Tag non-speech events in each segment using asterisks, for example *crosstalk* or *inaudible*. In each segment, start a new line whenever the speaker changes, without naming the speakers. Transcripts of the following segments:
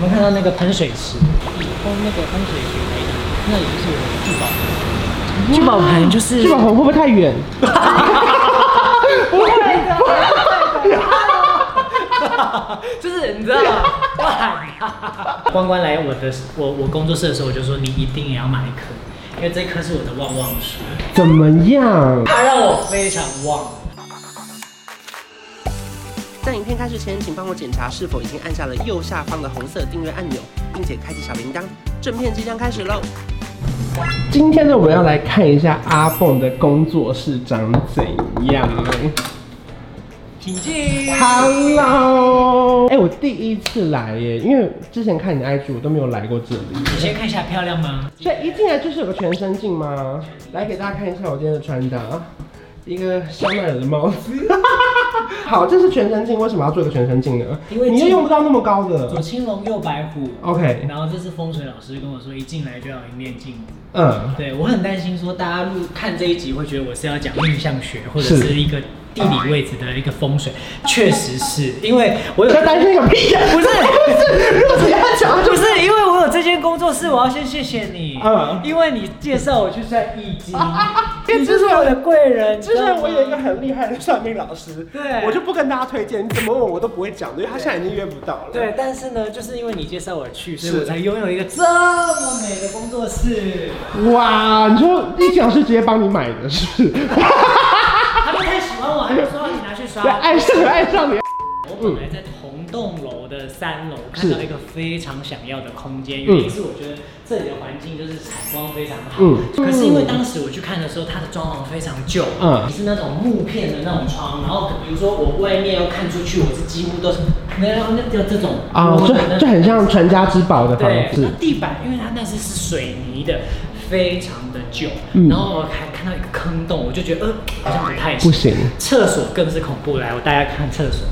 们看到那个喷水池，以后那个喷水池没了，那里就是我们的聚宝盆。
聚宝盆就是
聚宝盆会不会太远？
不会的，不会的，
*laughs*
就是你知道吗？要喊他。
关关来我的我我工作室的时候，我就说你一定也要买一颗，因为这颗是我的旺旺树，
怎么样？
它让我非常旺。
在影片开始前，请帮我检查是否已经按下了右下方的红色订阅按钮，并且开启小铃铛。正片即将开始喽！今天呢，我们要来看一下阿凤的工作室长怎样。
请进。
Hello，哎、我第一次来耶，因为之前看你的 IG 我都没有来过这里，
你先看一下漂亮吗？
所以一进来就是有个全身镜吗？来给大家看一下我今天的穿搭，啊一个香奈儿的帽子。 *laughs* 好，这是全身镜，为什么要做一个全身镜呢？
因为
你又
镜
用不到那么高
左
的。
青龙右白虎。
OK，
然后这次风水老师跟我说，一进来就要有一面镜子。
嗯，
对我很担心说，大家录看这一集会觉得我是要讲命相学或者
是
是一个地理位置的一个风水，确实是因为我有
要担心个屁呀、
不是
如果只 *laughs* 要讲啊就
不是因为我有这间工作室，我要先谢谢你，
嗯
因为你介绍我去算易
*laughs*
经，
哎
你就是我的贵人，
之前我有一
也
个很厉害的算命老师，
对
我就不跟大家推荐，你怎么问我都不会讲的，因为他现在已经约不到了。
对，，但是呢，就是因为你介绍我去，所以
是
我才拥有一个这么美的工作室。
哇，你说易经老师直接帮你买的是不是？
他们太喜欢我，他们说你拿去
*laughs*
刷
对，。爱上了爱上你。
我本来在同栋楼的三楼看到一个非常想要的空间，原因是我觉得这里的环境就是采光非常好。
嗯
可是因为当时我去看的时候，它的装潢非常旧，
嗯
是那种木片的那种窗，然后比如说我外面要看出去，我是几乎都是那那那这种
啊、
我
就就很像传家之宝的房
对，
子
那，地板因为它那是是水泥的，非常的旧，
嗯
然后我还看到一个坑洞，我就觉得呃好像不太行。
不行
厕所更是恐怖，来我带大家看厕所，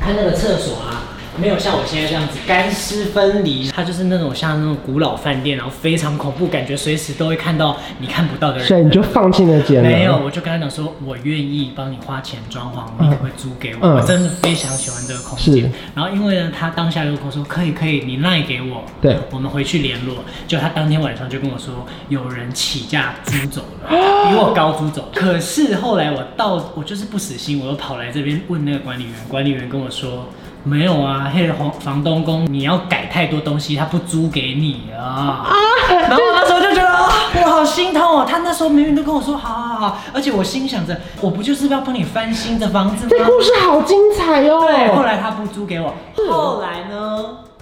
它那个厕所啊。没有像我现在这样子干湿分离，它就是那种像那种古老饭店，然后非常恐怖，感觉随时都会看到你看不到的人。
所以你就放弃那间了。
没有，，我就跟他讲说，我愿意帮你花钱装潢，你
嗯
可不可以租给我？
嗯
我真的非常喜欢这个空
是
间。然后因为呢，他当下就跟我说，可以可以，你赖给我，
对
我们回去联络。就他当天晚上就跟我说，有人起价租走了，比我高租走。可是后来我到，我就是不死心，我又跑来这边问那个管理员，管理员跟我说。没有啊，黑房房东公，你要改太多东西，他不租给你啊。 *laughs* 然后我那时候就觉得啊，我好心痛哦。他那时候明明都跟我说好好好，而且我心想着，我不就是要帮你翻新的房子
这
吗？
故事好精彩哦。嗯
对，后来他不租给我，后来呢，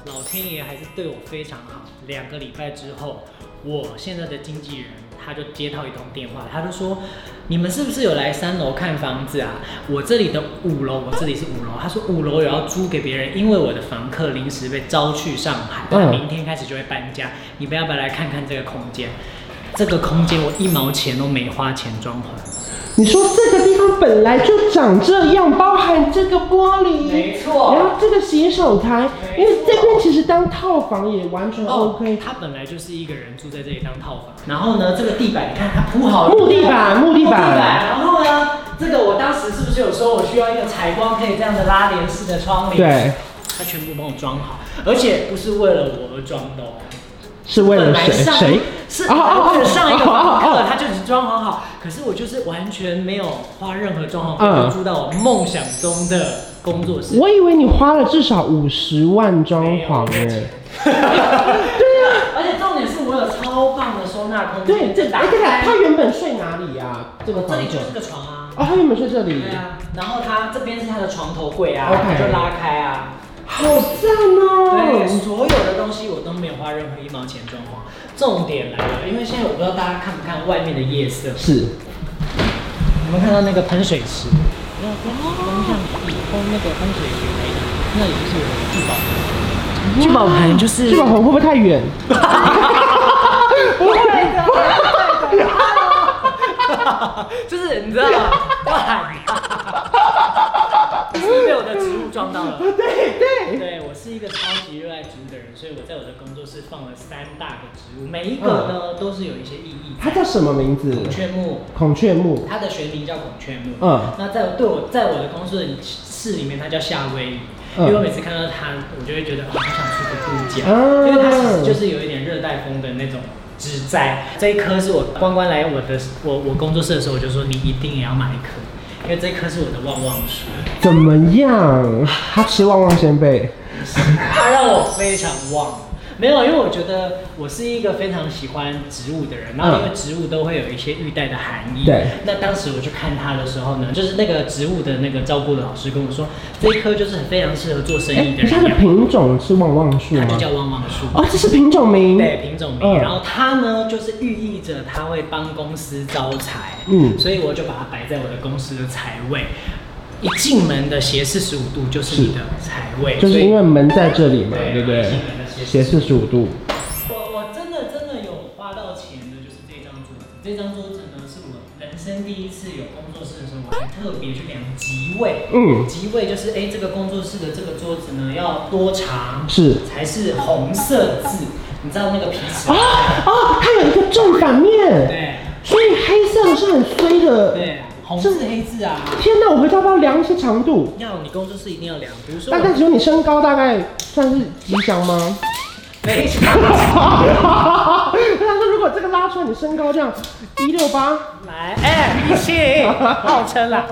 老天爷还是对我非常好。两个礼拜之后，我现在的经纪人他就接到一通电话，他就说。你们是不是有来三楼看房子啊？我这里的五楼，我这里是五楼。他说五楼有要租给别人，因为我的房客临时被招去上海，他
嗯
明天开始就会搬家。你们要不要来看看这个空间？这个空间我一毛钱都没花钱装潢，
你说这个地方本来就长这样，包含这个玻璃，
没错
然后这个洗手台，
没错
因为这边其实当套房也完全
哦
OK。
它本来就是一个人住在这里当套房，然后呢，这个地板你看它铺好了
木地板木地板
然后呢，这个我当时是不是有说我需要一个采光可以这样的拉帘式的窗帘？，
对，
它全部帮我装好，而且不是为了我而装的哦。
是为了
本来
谁？
上
谁？
是
哦哦哦
为了上一个
哦
房
哦
客
哦，
他就只装潢好，可是我就是完全没有花任何装潢费，
嗯
就住到我梦想中的工作室。
我以为你花了至少五十万装潢
没有
哎。
而且重点是我有超棒的收纳空间，
对，这
打
哎，对
开
他原本睡哪里呀？这个
这
房
里
子
就是。个床啊。
哦，他原本睡这里
对。啊，然后它这边是它的床头柜啊
OK
它就拉开啊。
好赞哦
对，！所有的东西我都没有花任何一毛钱装潢。重点来了，因为现在我不知道大家看不看外面的夜色，
是，
你们看到那个喷水池，那那风向以后那个喷水池没了，那里就是我们的聚宝盆。
聚宝盆就是
*laughs*
聚宝盆会不会太远？
不会的，不会的，就是你知道吗？要喊
*laughs*
他。
是不是被我的植物撞到了。
啊对对。
对我是一个超级热爱植物的人，所以我在我的工作室放了三大个植物，每一个呢都是有一些意义
它叫什么名字？
孔雀木，
孔雀木。
它的学名叫孔雀木。
嗯
那在我对我在我的工作室里面，它叫夏威夷，
嗯
因为我每次看到它，我就会觉得啊好想出个故架，
嗯
因为它其实就是有一点热带风的那种。植栽这一棵是我关关来我的我我工作室的时候，我就说你一定也要买一棵，因为这棵是我的旺旺树，
怎么样？他吃旺旺仙贝，
它让我非常旺。没有，因为我觉得我是一个非常喜欢植物的人，然后因为植物都会有一些玉带的含义。
嗯对
那当时我去看它的时候呢，就是那个植物的那个照顾的老师跟我说，这一棵就是很非常适合做生
哎
意，的
可是它
人
的
养，
品种是旺旺树
它就
吗？
叫旺旺树。
哦，这是品种名。
对品种名，
嗯
然后它呢，就是寓意着它会帮公司招财，
嗯
所以我就把它摆在我的公司的财位，一进门的斜四十五度就是你的财位，
就是因
所以
为门在这里嘛，
对
对不对
然后进门的？斜
斜四十五度。
我我真的真的有花到钱的，就是这张桌子，这张桌子呢是我人生第一次有工作室的时候，我还特别去量吉位，
嗯，
吉位就是哎、这个工作室的这个桌子呢要多长
是。
才是红色字，你知道那个皮尺吗？
哦，它有一个正反面，
对。
所以黑色是很衰的。
对，红字黑字啊。
天哪，我回家要不要量一些长度？
要你工作室一定要量，比如说
大概只有你身高大概算是吉祥吗？ *laughs*
没
我想说，如果这个拉出来你身高这样一六八，
来，哎、一起号称啦。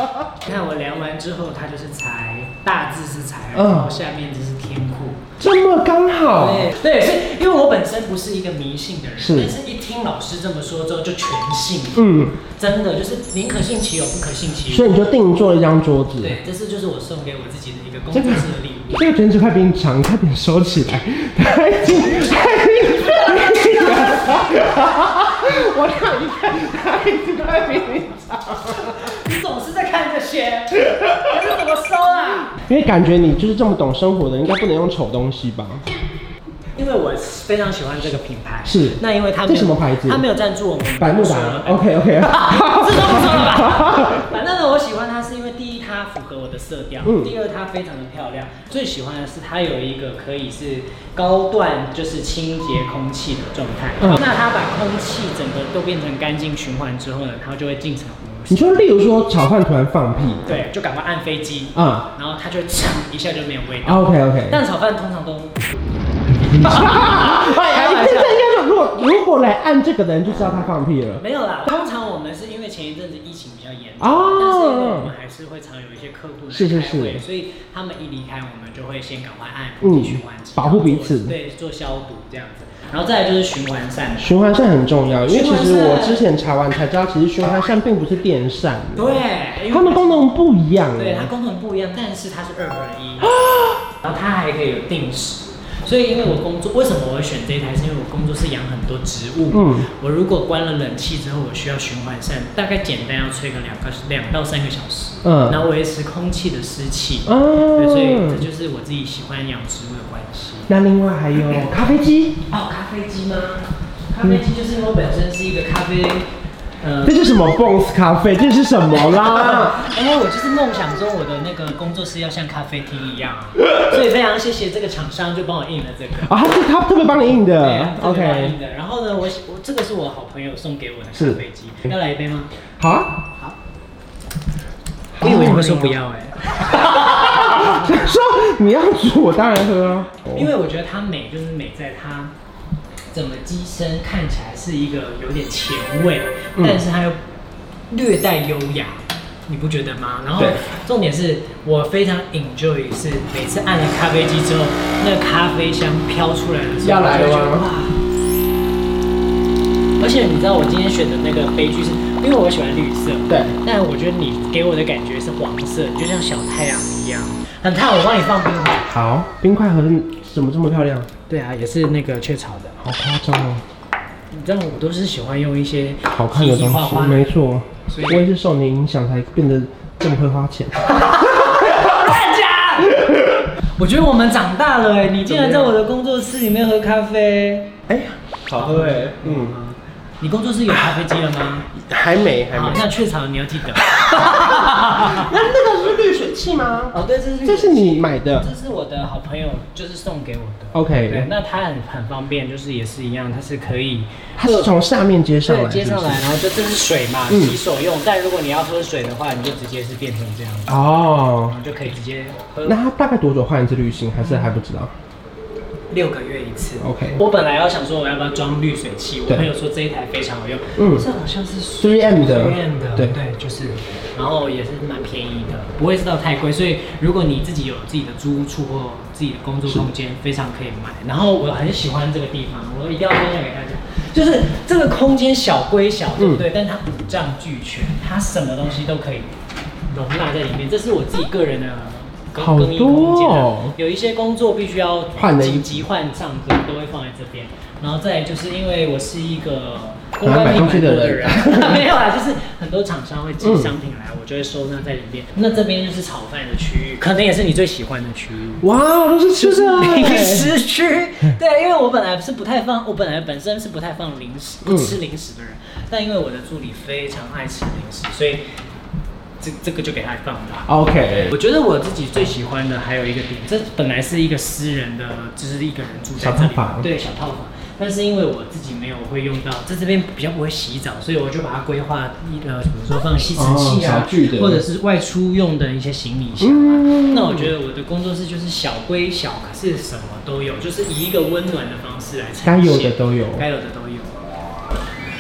你看我量完之后，它就是财，大字是财，
嗯
然后下面就是天库。
这么刚好，
对对，所以因为我本身不是一个迷信的人，
是
但哦是一听老师这么说之后就全信，
嗯，
真的就是宁可信其有，不可信其
所以
无。
你就定做了一张桌子。
对，这是就是我送给我自己的一个工
这
作
个
室的礼物。
这个卷尺快比你长，你快点收起来。太紧太紧张了，我俩一看，他一直快比你长，
*laughs* 你总是在看这些，这是怎么收啊？
因为感觉你就是这么懂生活的，应该不能用丑东西吧？
因为我非常喜欢这个品牌，
是
那因为它没有
这什么牌子
它没有赞助我们
百慕
不啊说
达
了
，OK OK，
这都不说了
*laughs*
吧。反正呢，我喜欢它是因为第一它符合我的色调，
嗯
第二它非常的漂亮，最喜欢的是它有一个可以是高段就是清洁空气的状态。
嗯
那它把空气整个都变成干净循环之后呢，它就会进成湖。
你说，例如说炒饭突然放屁，
对，就赶快按飞机，
啊、
然后它就噌一下就没有味道。
o k OK，
蛋炒饭通常都
哎，哎这这应该就如果如果来按这个的人就知道他放屁了。
没有啦，通常我们是因为前一阵子疫情比较严重，
哦
但是因为我们还是会常有一些客户来
是是
开会
是
所以他们一离开，我们就会先赶快按
嗯
继续完成，
保护彼此
对，做消毒这样子，然后再来就是循环扇，
循环扇很重要，因为其实
循环
我
扇
之前查完才知道，其实循环扇并不是电扇，
对，因为
它们功能不一样。
对它啊功能不一样，但是它是二合
啊
一，然后它还可以有定时。所以，因为我工作，为什么我会选这一台？是因为我工作室养很多植物。
嗯
我如果关了冷气之后，我需要循环扇，大概简单要吹个两个两到三个小时。
嗯啊
然后维持空气的湿气。对，所以这
哦，
就是我自己喜欢养植物的关系。
那另外还有咖啡机，
哦，咖啡机吗？咖啡机就是因为我本身是一个咖啡，
*laughs*
呃
这，是什么 Bones 咖啡？这是什
*laughs*
么啦？啊
因为我就是梦想中我的那个工作室要像咖啡厅一样
*laughs*
啊，所以非常谢谢这个厂商就帮我印了这个。
啊，它是它特别帮你印
对
的
啊这个蛮
嗯，OK，
硬的。然后呢，我我这个是我好朋友送给我的咖啡机，要来一杯吗？
好啊，
好。
哦
我以为你会说不要哎、
*laughs* 说你要煮，我当然喝啊。
因为我觉得它美就是美在它整个机身看起来是一个有点前卫，
嗯
但是它又略带优雅，你不觉得吗？然后
对
重点是我非常 enjoy 是每次按了咖啡机之后，那个咖啡香飘出来的时
要
候，
来
我就
了
觉得
吗
哇！而且你知道我今天选的那个杯具是，因为我喜欢绿色，
对，
但我觉得你给我的感觉是黄色，就像小太阳一样，很烫。我帮你放冰块。
好，冰块盒怎么这么漂亮？
对啊，也是那个雀巢的。
好夸张哦，
你知道我都是喜欢用一些
好看的
奇
东
奇花
西，
花的
没错，
所以
我也是受你影响才变得这么会花钱。
乱讲。 *laughs* 我觉得我们长大了哎，你竟然在我的工作室里面喝咖啡。
*laughs* 哎呀，好喝哎，嗯，
你工作室有咖啡机了吗？
还没，还
好
没，。
那雀巢你要记
*laughs*
得。
那那个是滤水器吗？
哦，对，这是
这是，你买的
这是我的好朋友，就是送给我的。对，
，OK，
那它很很方便，就是也是一样，它是可以
它是从下面接上
对
来，
接
是
上
不是
来，然后就这是水嘛，
嗯
洗手用。但如果你要喝水的话，你就直接是变成这样，
哦
然，后就可以直接喝。
那它大概多久换一次滤芯？还是还不知道？
六个月一次。
OK
我本来要想说我要不要装滤水器，我
对
朋友说这一台非常好用，
嗯
这好像是
3M 的
3M 的，
对
对就是，然后也是蛮便宜的，不会知道太贵，所以如果你自己有自己的租屋处或自己的工作空间，非常可以买。然后我很喜欢这个地方，我一定要分享给大家。就是这个空间小归小，
嗯
对不对？但它五脏俱全，它什么东西都可以容纳在里面。这是我自己个人的更
好
更衣空间啊
多哦
有一些工作必须要
换了一
紧急换上歌都会放在这边，然后再来就是因为我是一个公
很
关
爱买
品
东西
牌
的
多
人嗯
的人， *laughs* 没有啦，就是很多厂商会寄商品来，我就会收纳在里面。那这边就是炒饭的区域，可能也是你最喜欢的区
*laughs*
域。
哇，都是吃 *laughs* 的
零食区，对，因为我本来是不太放，我本来本身是不太放零食、
嗯
不吃零食的人，但因为我的助理非常爱吃零食，所以这这个就给他放吧。
OK，
我觉得我自己最喜欢的还有一个点，这本来是一个私人的，就是一个人住在这
小
里
套房
对小套房。但是因为我自己没有会用到，在这边比较不会洗澡，所以我就把它规划一呃，比如说放吸尘器
哦
啊
小具的，
或者是外出用的一些行李箱啊。
嗯
那我觉得我的工作室就是小归小，可是什么都有，就是以一个温暖的方式来
该
呈
有
现，
的都有。
嗯该有的都有。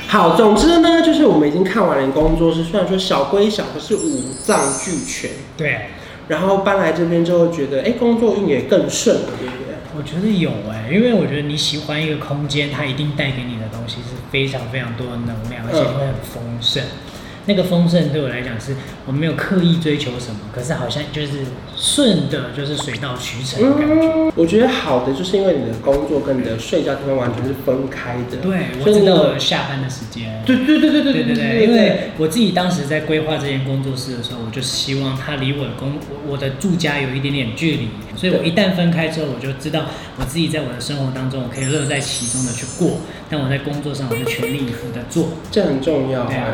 好，总之呢，就是我们已经看完了工作室，虽然说小归小，可是五脏俱全。
对，
然后搬来这边之后，觉得哎、工作运也更顺了，对不对？
我觉得有哎、因为我觉得你喜欢一个空间，它一定带给你的东西是非常非常多的能
嗯
量，而且会很丰盛。那个丰盛对我来讲是，我没有刻意追求什么，可是好像就是顺的，就是水到渠成的感觉。
嗯，我觉得好的就是因为你的工作跟你的睡觉地方完全是分开的。
对，我
所以
知
你
道
有
我有下班的时间。
对对对对对
对对对，
对，
因为我自己当时在规划这间工作室的时候，我就希望它离我的工我我的住家有一点点距离，所以我一旦分开之后，我就知道我自己在我的生活当中，我可以乐在其中的去过，但我在工作上我是全力以赴的做。
这很重要
对
哎、
啊，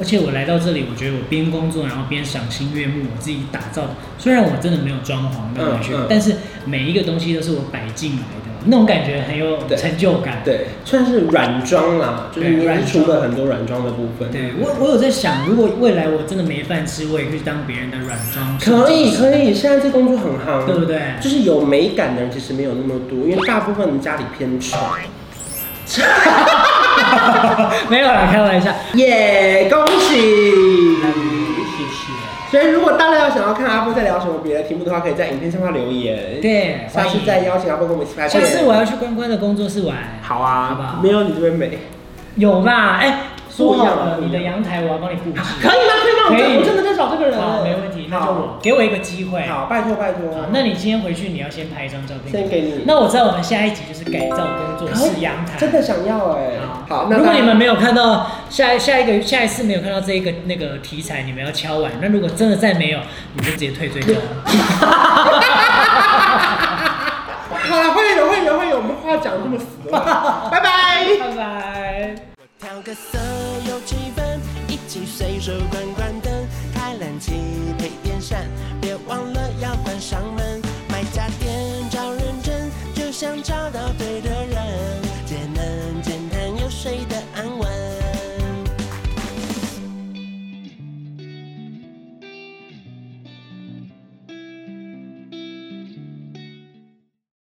而且我来到这里，我觉得我边工作，然后边赏心悦目，我自己打造的。虽然我真的没有装潢的感觉，
嗯嗯
但是每一个东西都是我摆进来的，那种感觉很有
对
成就感。
对，算是软装啦，就是
对
你也
软
是出
装
了很多软装的部分。
对我，我有在想，如果未来我真的没饭吃，我也可以当别人的软装设计师，
可以可以，现在这工作很夯，
对不对
就是有美感的人其实没有那么多，因为大部分人家里偏丑。
*laughs* 没有啦，开玩笑。
耶、恭喜！
谢谢。
所以如果大家有想要看阿波在聊什么别的题目的话，可以在影片下方留言。，
对，
下次再。邀请阿波跟我们一起拍
下
片。
次我要去关关的工作室玩。
好
好不
啊，
好
没有你这边美，
有吧？哎，说好了，
不一样
你的阳台我要帮你 *laughs* 布置。
可以吗？可以吗？我
可以
真的我真的在找这个人
好，
了，
没问题，那就我
好。
给我一个机会。
好，拜托拜托
好，。那你今天回去你要先拍一张照片，
先给你
那我知道我们下一集就是改造工作
可以
室阳台，
真的想要哎、好，那
如
大
果
家
你们没有看到下下一个下一次没有看到这一个那个题材，你们要敲完。那如果真的再没有，你就直接退追踪。
好了，会有会有会有，我们话讲这么死的话，拜拜。
拜拜。
调个色有气氛，一起随手关关灯，开冷气配